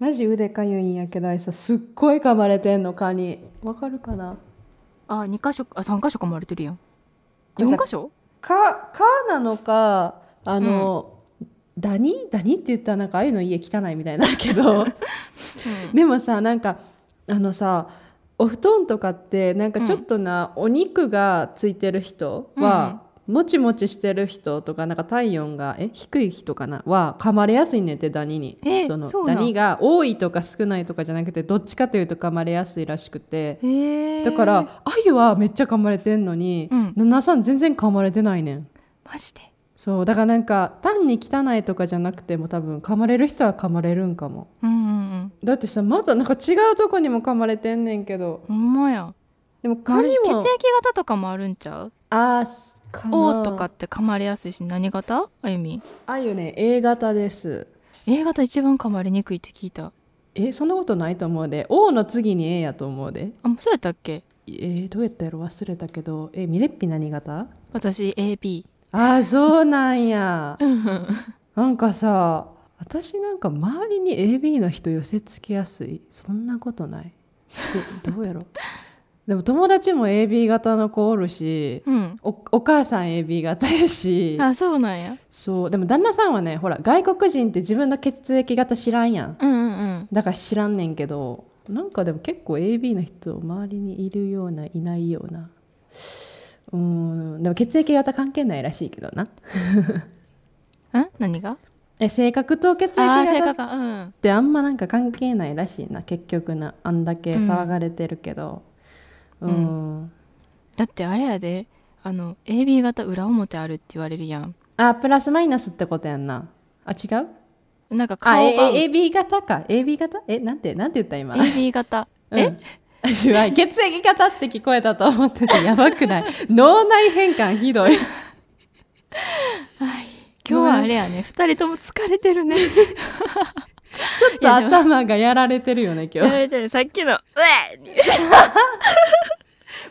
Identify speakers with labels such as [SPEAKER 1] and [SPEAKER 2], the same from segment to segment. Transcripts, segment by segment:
[SPEAKER 1] マジ腕かゆいんやけどあいさすっごい噛まれてんの蚊にわかるかな
[SPEAKER 2] あ二箇所あ三箇所かまれてるやん四箇所
[SPEAKER 1] 蚊蚊なのかあの、ダニダニって言ったらなんかああいうの家汚いみたいなんだけ どでもさなんかあのさお布団とかってなんかちょっとな、お肉がついてる人は、もちもちしてる人とかなんか体温がえ低い人かなは噛まれやすいねんってダニに、
[SPEAKER 2] え
[SPEAKER 1] その
[SPEAKER 2] そうな
[SPEAKER 1] ダ
[SPEAKER 2] ん
[SPEAKER 1] ニが多いとか少ないとかじゃなくてどっちかというと噛まれやすいらしくて、
[SPEAKER 2] へえ
[SPEAKER 1] だからアユはめっちゃ噛まれてんのに、
[SPEAKER 2] うん
[SPEAKER 1] ナナさん全然噛まれてないねん
[SPEAKER 2] マジで
[SPEAKER 1] そうだからなんか単に汚いとかじゃなくても多分噛まれる人は噛まれるんかも
[SPEAKER 2] うんうんうん
[SPEAKER 1] だってさまだなんか違うとこにも噛まれてんねんけど
[SPEAKER 2] ほんまや
[SPEAKER 1] でも蚊
[SPEAKER 2] ある
[SPEAKER 1] に
[SPEAKER 2] し血液
[SPEAKER 1] も
[SPEAKER 2] 型とかもあるんちゃう
[SPEAKER 1] あーすかな
[SPEAKER 2] O とかって噛まれやすいし何型あゆみ
[SPEAKER 1] あゆね A 型です
[SPEAKER 2] A 型一番噛まれにくいって聞いた
[SPEAKER 1] えそんなことないと思うで O の次に A やと思うで
[SPEAKER 2] あそうやったっけ
[SPEAKER 1] えーどうやったやろ忘れたけどえミレッピ何型
[SPEAKER 2] 私 AB
[SPEAKER 1] あーそうなんやなんかさ私なんか周りに AB の人寄せつけやすいそんなことないえどうや ろでも友達も AB 型の子おるし
[SPEAKER 2] うん
[SPEAKER 1] おお母さん AB 型やし
[SPEAKER 2] あそうなんや
[SPEAKER 1] そうでも旦那さんはねほら外国人って自分の血液型知らんやん
[SPEAKER 2] うんうんうん
[SPEAKER 1] だから知らんねんけどなんかでも結構 AB の人周りにいるようないないようなうーんでも血液型関係ないらしいけどなん
[SPEAKER 2] 何が
[SPEAKER 1] え性格と血液
[SPEAKER 2] ああ性
[SPEAKER 1] 型っ
[SPEAKER 2] 格がうん
[SPEAKER 1] てあんまなんか関係ないらしいな結局なあんだけ騒がれてるけどう
[SPEAKER 2] う
[SPEAKER 1] ー
[SPEAKER 2] ん
[SPEAKER 1] ん、
[SPEAKER 2] だってあれやであの AB 型裏表あるって言われるやん
[SPEAKER 1] あプラスマイナスってことやんなあ違う
[SPEAKER 2] なんか
[SPEAKER 1] あ
[SPEAKER 2] 顔
[SPEAKER 1] え
[SPEAKER 2] が
[SPEAKER 1] え AB 型か AB 型えなんてなんて言った今
[SPEAKER 2] AB 型
[SPEAKER 1] え、 うわ血液型って聞こえたと思っててやばくない脳内変換ひ どい
[SPEAKER 2] 今日はあれやね二人とも疲れてる ね
[SPEAKER 1] ちょっと頭がやられてるよね今
[SPEAKER 2] や
[SPEAKER 1] 日
[SPEAKER 2] れてるさっきのう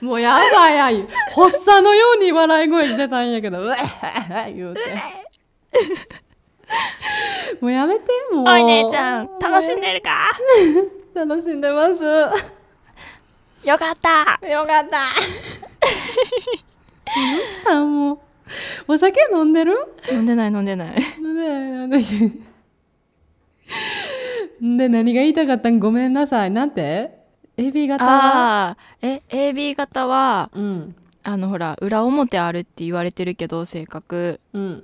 [SPEAKER 2] え
[SPEAKER 1] もうやばいやい発作のように笑い声出たんやけどうわっ言うてもうやめてもう
[SPEAKER 2] おい姉ちゃん楽しんでるか
[SPEAKER 1] 楽しんでますど
[SPEAKER 2] よかったよかった
[SPEAKER 1] うしたんもうお酒飲んでる
[SPEAKER 2] 飲んでない飲んでない
[SPEAKER 1] ねえで何が言いたかったんごめんなさいなんて AB 型
[SPEAKER 2] ああえ AB 型は
[SPEAKER 1] うん
[SPEAKER 2] あのほら裏表あるって言われてるけど性格
[SPEAKER 1] うん
[SPEAKER 2] い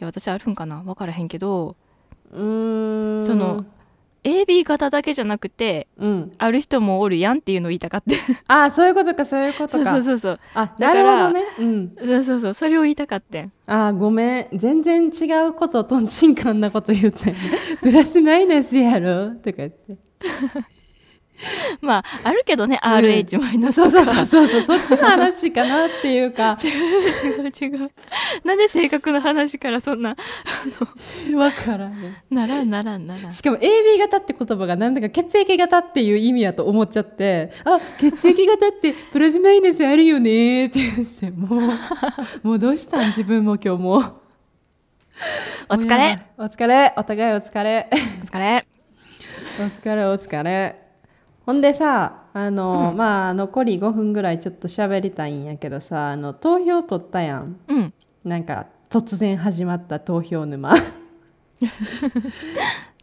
[SPEAKER 2] や私あるんかな分からへんけど
[SPEAKER 1] うーん
[SPEAKER 2] その AB 型だけじゃなくて
[SPEAKER 1] うん
[SPEAKER 2] ある人もおるやんっていうのを言いたかって
[SPEAKER 1] ああそういうことかそういうことか
[SPEAKER 2] そうそうそうそう
[SPEAKER 1] あな
[SPEAKER 2] だか
[SPEAKER 1] るほ
[SPEAKER 2] ら
[SPEAKER 1] どねうん
[SPEAKER 2] そうそうそうそれを言いたかってん
[SPEAKER 1] ああごめん全然違うこととんちんかんなこと言ったんや プラスマイナスやろとか言って
[SPEAKER 2] まああるけどね、
[SPEAKER 1] ん
[SPEAKER 2] RH マイナス
[SPEAKER 1] そう
[SPEAKER 2] と
[SPEAKER 1] そう
[SPEAKER 2] か
[SPEAKER 1] そうそうそうそっちの話かなっていう か
[SPEAKER 2] 違う違うなんで性格の話からそんな
[SPEAKER 1] わからんね
[SPEAKER 2] ならんならんならん
[SPEAKER 1] しかも AB 型って言葉がなんだか血液型っていう意味やと思っちゃってあ血液型ってプラスマイナスあるよねって言って もうもうどうしたん自分も今日もう
[SPEAKER 2] お疲れ
[SPEAKER 1] お疲れお互いお疲れ
[SPEAKER 2] お疲れ
[SPEAKER 1] お疲れお疲れほんでさあの、まあ残り5分ぐらいちょっと喋りたいんやけどさあの投票取ったやん
[SPEAKER 2] うん
[SPEAKER 1] なんか突然始まった投票沼
[SPEAKER 2] ね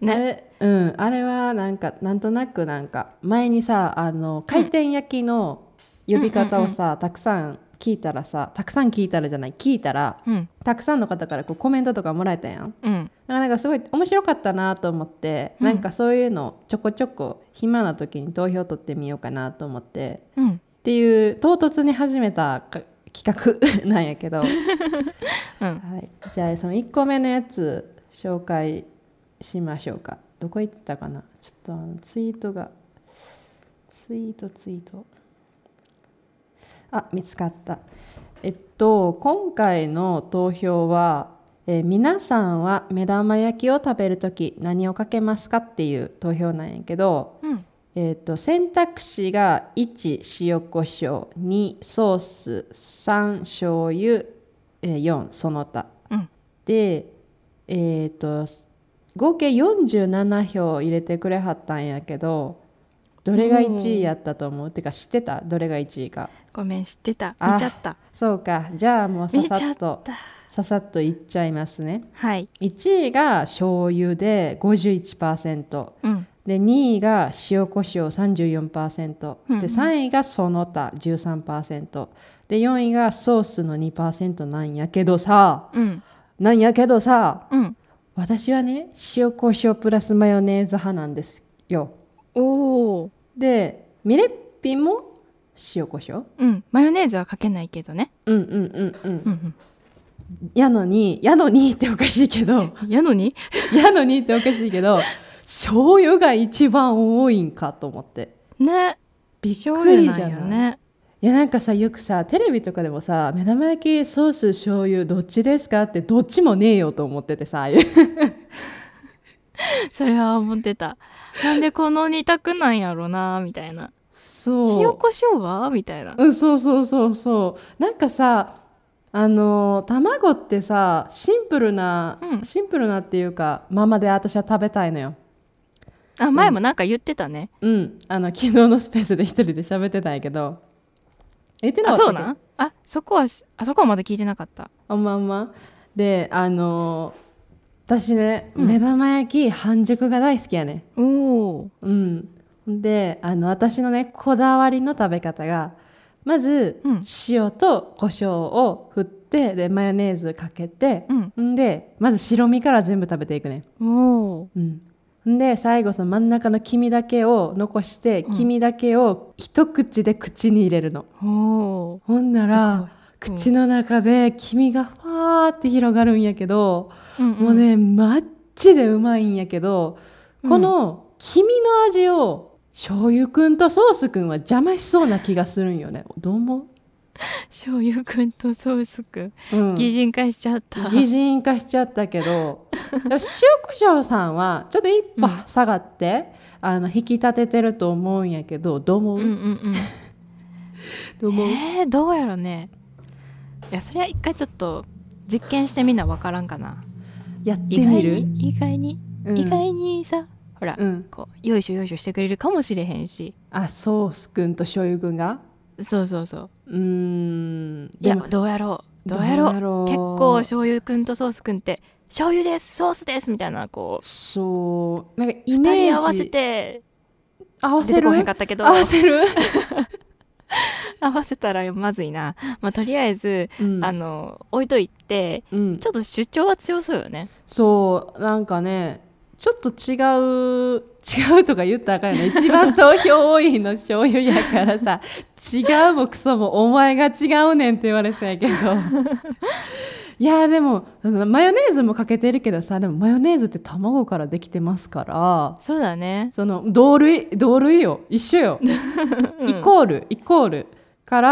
[SPEAKER 1] あれうんあれはなんかなんとなくなんか前にさあの回転焼きの呼び方をさ、たくさん聞いたらさたくさん聞いたらじゃない聞いたら
[SPEAKER 2] うん
[SPEAKER 1] たくさんの方からこうコメントとかもらえたやん
[SPEAKER 2] うん
[SPEAKER 1] だからなんかすごい面白かったなと思って、
[SPEAKER 2] うん
[SPEAKER 1] なんかそういうのちょこちょこ暇な時に投票取ってみようかなと思って
[SPEAKER 2] うん
[SPEAKER 1] っていう唐突に始めたか企画 なんやけど、は
[SPEAKER 2] うん
[SPEAKER 1] い、じゃあその1個目のやつ紹介しましょうかどこ行ったかなちょっとあのツイートがツイートツイートあ見つかったえっと今回の投票は、えー皆さんは目玉焼きを食べる時何をかけますかっていう投票なんやけど
[SPEAKER 2] うん
[SPEAKER 1] えー、と選択肢が1塩コショウ2ソース3醤油、えー、4その他
[SPEAKER 2] うん
[SPEAKER 1] で、えー、と合計47票入れてくれはったんやけどどれが1位やったと思うてか知ってたどれが1位か
[SPEAKER 2] ごめん知ってた
[SPEAKER 1] あ
[SPEAKER 2] 見ちゃった
[SPEAKER 1] そうかじゃあもうさ
[SPEAKER 2] 見ち
[SPEAKER 1] さ
[SPEAKER 2] ゃ
[SPEAKER 1] っ
[SPEAKER 2] っ
[SPEAKER 1] と
[SPEAKER 2] た
[SPEAKER 1] ささっといっちゃいますね
[SPEAKER 2] はい
[SPEAKER 1] 1位が醤油で51%
[SPEAKER 2] うん
[SPEAKER 1] で2位が塩コショウ34%、
[SPEAKER 2] うん
[SPEAKER 1] で3位がその他13%で4位がソースの2%なんやけどさ
[SPEAKER 2] うん
[SPEAKER 1] なんやけどさ
[SPEAKER 2] うん
[SPEAKER 1] 私はね塩コショウプラスマヨネーズ派なんですよ
[SPEAKER 2] おお
[SPEAKER 1] でミレッピも塩コショウ
[SPEAKER 2] うんマヨネーズはかけないけどね
[SPEAKER 1] うんうんうんうん
[SPEAKER 2] うん
[SPEAKER 1] やのにやのにっておかしいけど
[SPEAKER 2] うんやのに
[SPEAKER 1] やのにっておかしいけど醤油が一番多いんかと思って
[SPEAKER 2] ね
[SPEAKER 1] びっ
[SPEAKER 2] 醤
[SPEAKER 1] く
[SPEAKER 2] 油
[SPEAKER 1] り
[SPEAKER 2] な
[SPEAKER 1] じゃ
[SPEAKER 2] ん
[SPEAKER 1] な
[SPEAKER 2] よ
[SPEAKER 1] い
[SPEAKER 2] ね
[SPEAKER 1] いやなんかさよくさテレビとかでもさ目玉焼きソース醤油どっちですかってどっちもねえよと思っててさ
[SPEAKER 2] それは思ってたなんでこの二択なんやろなみたいな
[SPEAKER 1] そう
[SPEAKER 2] 塩コショウはみたいな
[SPEAKER 1] うんそうそうそうそうなんかさあのー卵ってさシンプルな、
[SPEAKER 2] うん
[SPEAKER 1] シンプルなっていうかままで私は食べたいのよ
[SPEAKER 2] あ前もなんか言ってたね
[SPEAKER 1] うんあの昨日のスペースで一人で喋ってたんやけど言ってなか
[SPEAKER 2] あ
[SPEAKER 1] ったっ
[SPEAKER 2] そ
[SPEAKER 1] け
[SPEAKER 2] うなんあそこはしあそこはまだ聞いてなかった
[SPEAKER 1] あんまあんまであのー私ね、
[SPEAKER 2] うん
[SPEAKER 1] 目玉焼き半熟が大好きやね
[SPEAKER 2] おお
[SPEAKER 1] うん、であの私のねこだわりの食べ方がまず、
[SPEAKER 2] うん
[SPEAKER 1] 塩と胡椒を振ってでマヨネーズかけて
[SPEAKER 2] う、ん
[SPEAKER 1] ん、でまず白身から全部食べていくね、
[SPEAKER 2] おお
[SPEAKER 1] うん、んで最後その真ん中の黄身だけを残して、
[SPEAKER 2] うん
[SPEAKER 1] 黄身だけを一口で口に入れるの
[SPEAKER 2] おお
[SPEAKER 1] ほんなら
[SPEAKER 2] すごい
[SPEAKER 1] 口の中で黄身がファーって広がるんやけど、もうね、マッチでうまいんやけど、
[SPEAKER 2] うん
[SPEAKER 1] この黄身の味を醤油くんとソースくんは邪魔しそうな気がするんよね。どう思
[SPEAKER 2] 醤油くんとソースくん
[SPEAKER 1] う、うん、
[SPEAKER 2] 擬人化しちゃった
[SPEAKER 1] 擬人化しちゃった けどでも塩コショウさんはちょっと一歩
[SPEAKER 2] うん
[SPEAKER 1] 下がって、あの引き立ててると思うんやけどどう思う、
[SPEAKER 2] うんうん
[SPEAKER 1] どう
[SPEAKER 2] う
[SPEAKER 1] 思うん
[SPEAKER 2] えー、どうやろねいやそれは一回ちょっと実験してみなわからんかな
[SPEAKER 1] やって
[SPEAKER 2] 意外
[SPEAKER 1] みる
[SPEAKER 2] に意外に、
[SPEAKER 1] うん
[SPEAKER 2] 意外にさほら、
[SPEAKER 1] うん、
[SPEAKER 2] こうよいしょよいしょしてくれるかもしれへんし
[SPEAKER 1] あソースくんと醤油くんが
[SPEAKER 2] そうそうそう
[SPEAKER 1] うーん
[SPEAKER 2] いや
[SPEAKER 1] でも
[SPEAKER 2] どうやろうどうやろう
[SPEAKER 1] どうやろう
[SPEAKER 2] 結構醤油くんとソースくんって醤油ですソースですみたいなこう
[SPEAKER 1] そうなんかイ
[SPEAKER 2] 二
[SPEAKER 1] メージ
[SPEAKER 2] 人合わせて
[SPEAKER 1] 合わ
[SPEAKER 2] 出
[SPEAKER 1] せ
[SPEAKER 2] て
[SPEAKER 1] る
[SPEAKER 2] こへんかったけど
[SPEAKER 1] 合わせる、
[SPEAKER 2] 合わせたらまずいな、まあ、とりあえず、
[SPEAKER 1] うん
[SPEAKER 2] あの置いといて
[SPEAKER 1] うん
[SPEAKER 2] ち、ょっと主張は強そうよね
[SPEAKER 1] そうなんかねちょっと違う違うとか言ったらあかんよね一番投票多いの醤油やからさ違うもクソもお前が違うねんって言われてたんやけど いやでもそのマヨネーズもかけてるけどさでもマヨネーズって卵からできてますから
[SPEAKER 2] そうだね
[SPEAKER 1] その同類同類よ一緒よ、イコールイコールから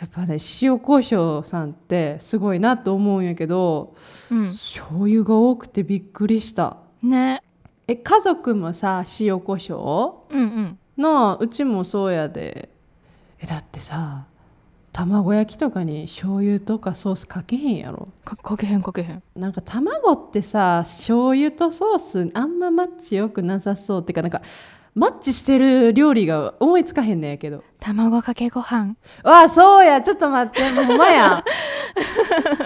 [SPEAKER 1] やっぱね塩コショウさんってすごいなと思うんやけど
[SPEAKER 2] うん
[SPEAKER 1] 醤油が多くてびっくりした
[SPEAKER 2] ね
[SPEAKER 1] え家族もさ塩コショ
[SPEAKER 2] うんうん
[SPEAKER 1] ウのうちもそうやでえだってさ卵焼きとかに醤油とかソースかけへんやろ
[SPEAKER 2] かかけへんかけへん
[SPEAKER 1] なんか卵ってさ醤油とソースあんまマッチよくなさそうってかなんかマッチしてる料理が思いつかへんねんやけど
[SPEAKER 2] 卵かけご飯
[SPEAKER 1] わあそうやちょっと待ってほんま や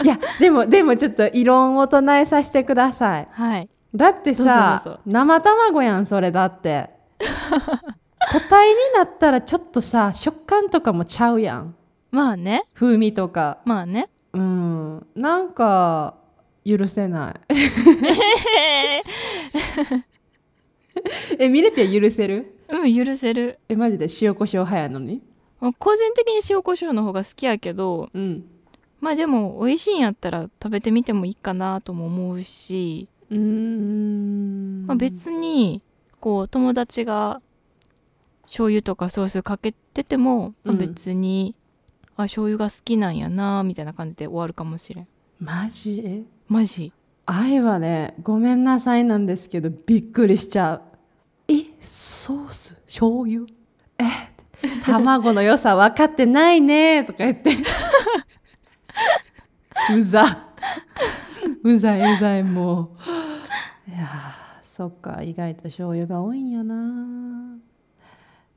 [SPEAKER 1] いやでもでもちょっと異論を唱えさせてください
[SPEAKER 2] はい
[SPEAKER 1] だってさ
[SPEAKER 2] どうぞどうぞ
[SPEAKER 1] 生卵やんそれだって 個体になったらちょっとさ食感とかもちゃうやん
[SPEAKER 2] まあね
[SPEAKER 1] 風味とか
[SPEAKER 2] まあね
[SPEAKER 1] うんなんか許せないえミレピア許せる
[SPEAKER 2] うん許せる
[SPEAKER 1] えマジで塩コショウ派やのに
[SPEAKER 2] まあ個人的に塩コショウの方が好きやけど
[SPEAKER 1] うん
[SPEAKER 2] まあでも美味しいんやったら食べてみてもいいかなとも思うし、
[SPEAKER 1] うーん
[SPEAKER 2] まあ、別にこう友達が醤油とかソースかけてても、ま
[SPEAKER 1] う
[SPEAKER 2] あ
[SPEAKER 1] ん
[SPEAKER 2] 別に、あ醤油が好きなんやなみたいな感じで終わるかもしれん
[SPEAKER 1] マジえ
[SPEAKER 2] マジ
[SPEAKER 1] 愛はねごめんなさいなんですけどびっくりしちゃうえソース醤油え卵の良さ分かってないねとか言ってうざうざいうざいもういやーそっか意外と醤油が多いんやな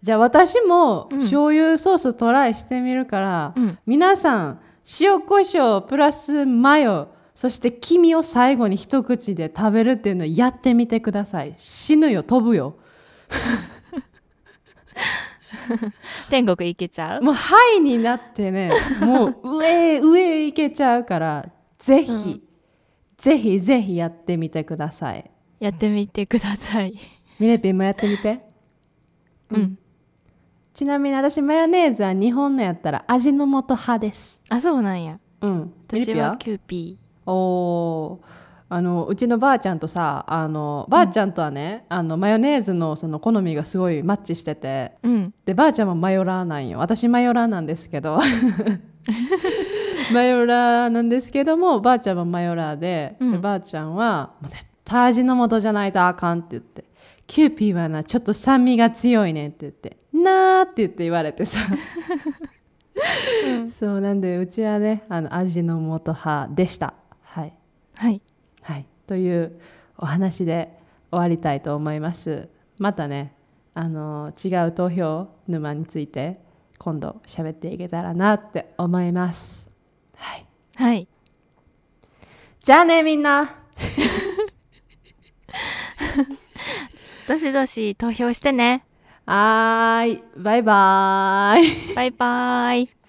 [SPEAKER 1] じゃあ私も
[SPEAKER 2] うん
[SPEAKER 1] 醤油ソーストライしてみるから、
[SPEAKER 2] うん
[SPEAKER 1] 皆さん塩コショウプラスマヨそして黄身を最後に一口で食べるっていうのをやってみてください死ぬよ飛ぶよ
[SPEAKER 2] 天国行けちゃう
[SPEAKER 1] もうハイになって ねもう上へ上へ行けちゃうからぜひ、
[SPEAKER 2] うん
[SPEAKER 1] ぜひぜひやってみてください
[SPEAKER 2] やってみてください。
[SPEAKER 1] ミレピンもやってみて
[SPEAKER 2] うん。
[SPEAKER 1] ちなみに私マヨネーズは日本のやったら味の素派です
[SPEAKER 2] あ、そうなんや。
[SPEAKER 1] うんミレ
[SPEAKER 2] 私
[SPEAKER 1] ピ
[SPEAKER 2] はキューピ
[SPEAKER 1] おーあのうちのばあちゃんとさあのばあちゃんとはね、あのマヨネーズのその好みがすごいマッチしてて
[SPEAKER 2] ー。うん。
[SPEAKER 1] でばあちゃんもマヨラーなんよ私マヨラーなんですけどマヨラーなんですけどもばあちゃんもマヨラーで,、
[SPEAKER 2] う
[SPEAKER 1] で
[SPEAKER 2] ん
[SPEAKER 1] ばあちゃんはもう絶対味の素じゃないとあかんって言ってキューピーはなちょっと酸味が強いねって言ってなーって言って言われてさ、そうなんでうちはねあの味の素派でしたはい
[SPEAKER 2] はい。
[SPEAKER 1] はい、というお話で終わりたいと思います。またね、あの違う投票沼について今度喋っていけたらなって思います。はい、
[SPEAKER 2] はい。
[SPEAKER 1] じゃあねみんな。
[SPEAKER 2] どしどし投票してね。
[SPEAKER 1] はーい、バイバーイ。
[SPEAKER 2] バイバーイ。